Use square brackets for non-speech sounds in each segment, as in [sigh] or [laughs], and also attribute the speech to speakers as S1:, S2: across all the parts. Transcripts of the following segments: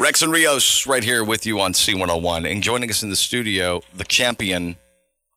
S1: Nelson Rios right here with you on C101 and joining us in the studio, the champion,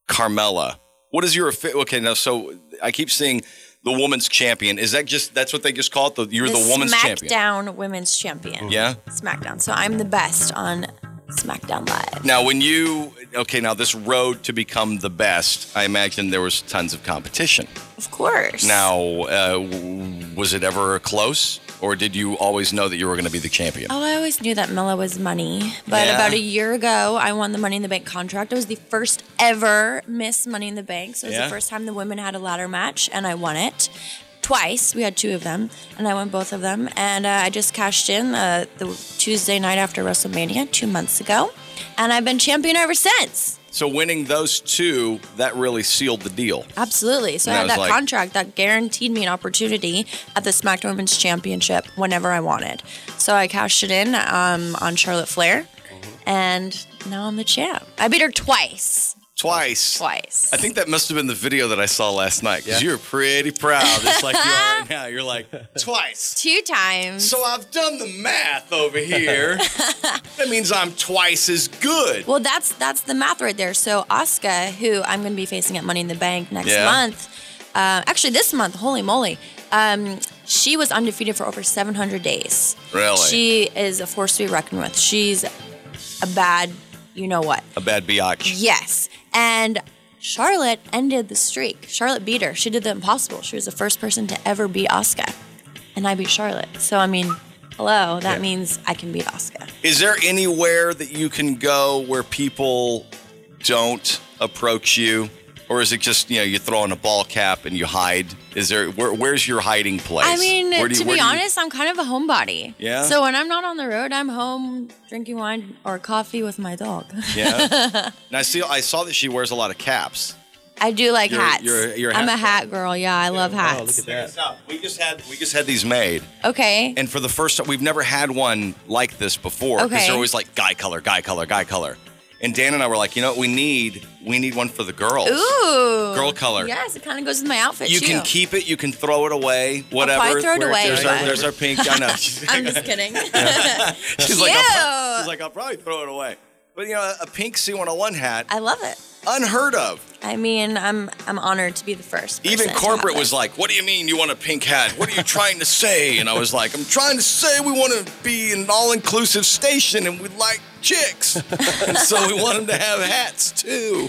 S1: Carmella. What is your affi- okay? Now, so I keep seeing the woman's champion. Is that just that's what they just call it? The, you're the, woman's
S2: SmackDown
S1: champion.
S2: Women's Champion.
S1: Yeah.
S2: SmackDown. So I'm the best on SmackDown Live.
S1: Now, when you okay, now this road to become the best, I imagine there was tons of competition.
S2: Of course.
S1: Now, uh, w- was it ever close, or did you always know that you were going to be the champion?
S2: Oh, I always knew that Mela was money. But
S1: Yeah.
S2: about a year ago, I won the Money in the Bank contract. I was the first ever Miss Money in the Bank. So it was
S1: Yeah.
S2: the first time the women had a ladder match, and I won it. Twice. We had two of them, and I won both of them. And uh, I just cashed in uh, the Tuesday night after WrestleMania two months ago. And I've been champion ever since.
S1: So winning those two, that really sealed the deal.
S2: Absolutely. So
S1: And that
S2: I had that
S1: was like-
S2: contract that guaranteed me an opportunity at the SmackDown Women's Championship whenever I wanted. So I cashed it in um, on Charlotte Flair,
S1: Mm-hmm.
S2: and now I'm the champ. I beat her twice.
S1: Twice.
S2: Twice.
S1: I think that must have been the video that I saw last night because you were pretty proud,
S2: [laughs]
S1: just like you are right now. You're like, twice.
S2: Two times.
S1: So I've done the math over
S2: [laughs]
S1: here. that means I'm twice as good.
S2: well, that's that's the math right there. So Asuka, who I'm going to be facing at Money in the Bank next
S1: Yeah.
S2: month, uh, actually this month, holy moly, um, she was undefeated for over 700 days.
S1: Really?
S2: She is a force to be reckoned with. She's a bad, you know what.
S1: A bad biatch.
S2: Yes. And Charlotte ended the streak. Charlotte beat her. She did the impossible. She was the first person to ever beat Oscar. And I beat Charlotte. So, I mean, hello, that means I can beat Oscar.
S1: Is there anywhere that you can go where people don't approach you? Or is it just, you know, you throw on a ball cap and you hide? Is there, where, where's your hiding place?
S2: I mean,
S1: Where do you-
S2: to
S1: where
S2: be
S1: do you-
S2: honest, I'm kind of a homebody.
S1: Yeah?
S2: So when I'm not on the road, I'm home drinking wine or coffee with my dog.
S1: yeah. and I see, I saw that she wears a lot of caps.
S2: [laughs] I do like
S1: You're-
S2: hats.
S1: you're- you're a
S2: I'm a
S1: hat
S2: hat girl. Yeah, I love hats.
S3: Oh, look at that.
S1: Stop. We just had we just had these made,
S2: Okay.
S1: and for the first time, we've never had one like this before. Because
S2: Okay.
S1: they're always like guy color, guy color, guy color. And Dan and I were like, you know what we need? We need one for the girls.
S2: Ooh.
S1: Girl color.
S2: Yes, it kind of goes with my outfit
S1: You
S2: too.
S1: can keep it. You can throw it away. Whatever.
S2: probably throw it
S1: Where-
S2: away,
S1: There's our,
S2: but-
S1: there's our pink. I
S2: [laughs]
S1: know. She's [laughs]
S2: I'm just kidding.
S1: like, I'll, pro-
S2: Cute.
S1: she's like, I'll probably throw it away. But you know, a pink C101 hat,
S2: I love it.
S1: unheard of.
S2: I mean, I'm I'm honored to be the first.
S1: Even
S2: person to
S1: corporate
S2: have
S1: was
S2: it.
S1: like, "What do you mean you want a pink hat? What are you trying to say?" And I was like, "I'm trying to say we want to be an all-inclusive station and we like chicks, [laughs] and so we want them to have hats
S2: [laughs]
S1: too."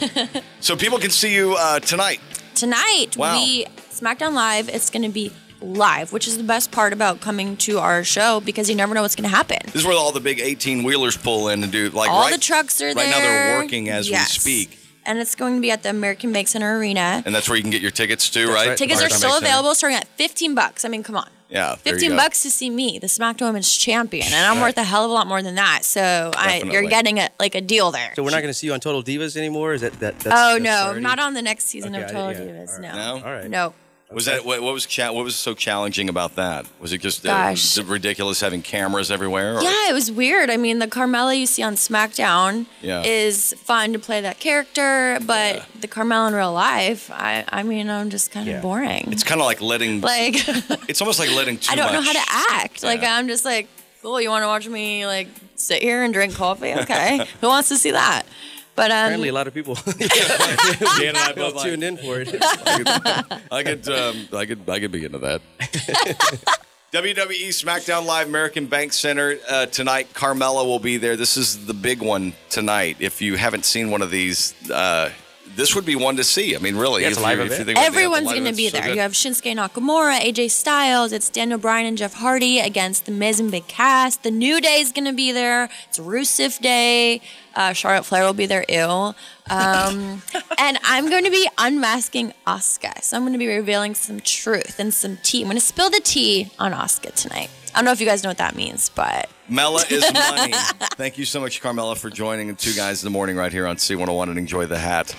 S1: So people can see you uh, tonight.
S2: tonight.
S1: Wow.
S2: We SmackDown Live. It's going to be live, which is the best part about coming to our show because you never know what's going to happen.
S1: This is where all the big 18-wheelers pull in and do like
S2: All
S1: right,
S2: the trucks are
S1: right
S2: there
S1: now. They're working as
S2: Yes.
S1: we speak,
S2: and it's going to be at the American Bank Center Arena.
S1: and that's where you can get your tickets too, right?
S3: right.
S2: Tickets are
S3: American
S2: still
S3: Bank Center.
S2: available, starting at 15 bucks. I mean, come on.
S1: Yeah, there you
S2: 15
S1: go.
S2: bucks to see me, the SmackDown Women's Champion, and I'm worth a hell of a lot more than that. So I,
S1: Definitely.
S2: you're getting a, like a deal there.
S3: So we're not going to see you on Total Divas anymore? Is that that? That's,
S2: oh
S3: that's
S2: no,
S3: already-
S2: not on the next season
S3: Okay,
S2: of
S3: I-
S2: Total
S3: yeah,
S2: Divas.
S3: all right.
S1: No?
S3: All right.
S2: no.
S1: Was that what, what was cha- what was so challenging about that? Was it just uh,
S2: Gosh.
S1: ridiculous having cameras everywhere? Or?
S2: Yeah, it was weird. I mean, the Carmella you see on SmackDown
S1: Yeah.
S2: is fun to play that character, but the Carmella in real life, I, I mean, I'm just kind of
S3: Yeah.
S2: boring.
S1: It's kind of like letting
S2: [laughs] like,
S1: It's almost like letting too
S2: [laughs] I don't know how
S1: much-
S2: to act. Like,
S1: Yeah.
S2: I'm just like, cool, you want to watch me like sit here and drink coffee? Okay.
S1: [laughs]
S2: Who wants to see that? But um,
S3: Apparently, a lot of people
S1: Dan and I
S3: people
S1: both like-
S3: [laughs] tuned in
S1: [laughs]
S3: for it.
S1: I could, um, I could, I could be into [laughs] that. WWE E SmackDown Live American Bank Center uh, tonight. Carmella will be there. This is the big one tonight. If you haven't seen one of these, uh, this would be one to see. I mean, really,
S3: Yeah, it's
S1: if
S3: a live
S1: you- if you
S3: event.
S1: think about the- the
S2: Everyone's
S1: live
S2: going to
S1: event's
S2: be
S1: so
S2: there.
S1: good.
S2: You have Shinsuke Nakamura, AJ Styles, it's Daniel Bryan and Jeff Hardy against The Miz and Big Cass. The New Day is going to be there. It's Rusev Day. Uh, Charlotte Flair will be there. Ew. Um,
S1: [laughs]
S2: and I'm going to be unmasking Asuka. So I'm going to be revealing some truth and some tea. I'm going to spill the tea on Asuka tonight. I don't know if you guys know what that means, but
S1: Mela
S2: [laughs]
S1: is money. Thank you so much, Carmella, for joining Two Guys in the Morning right here on C101 and enjoy the hat.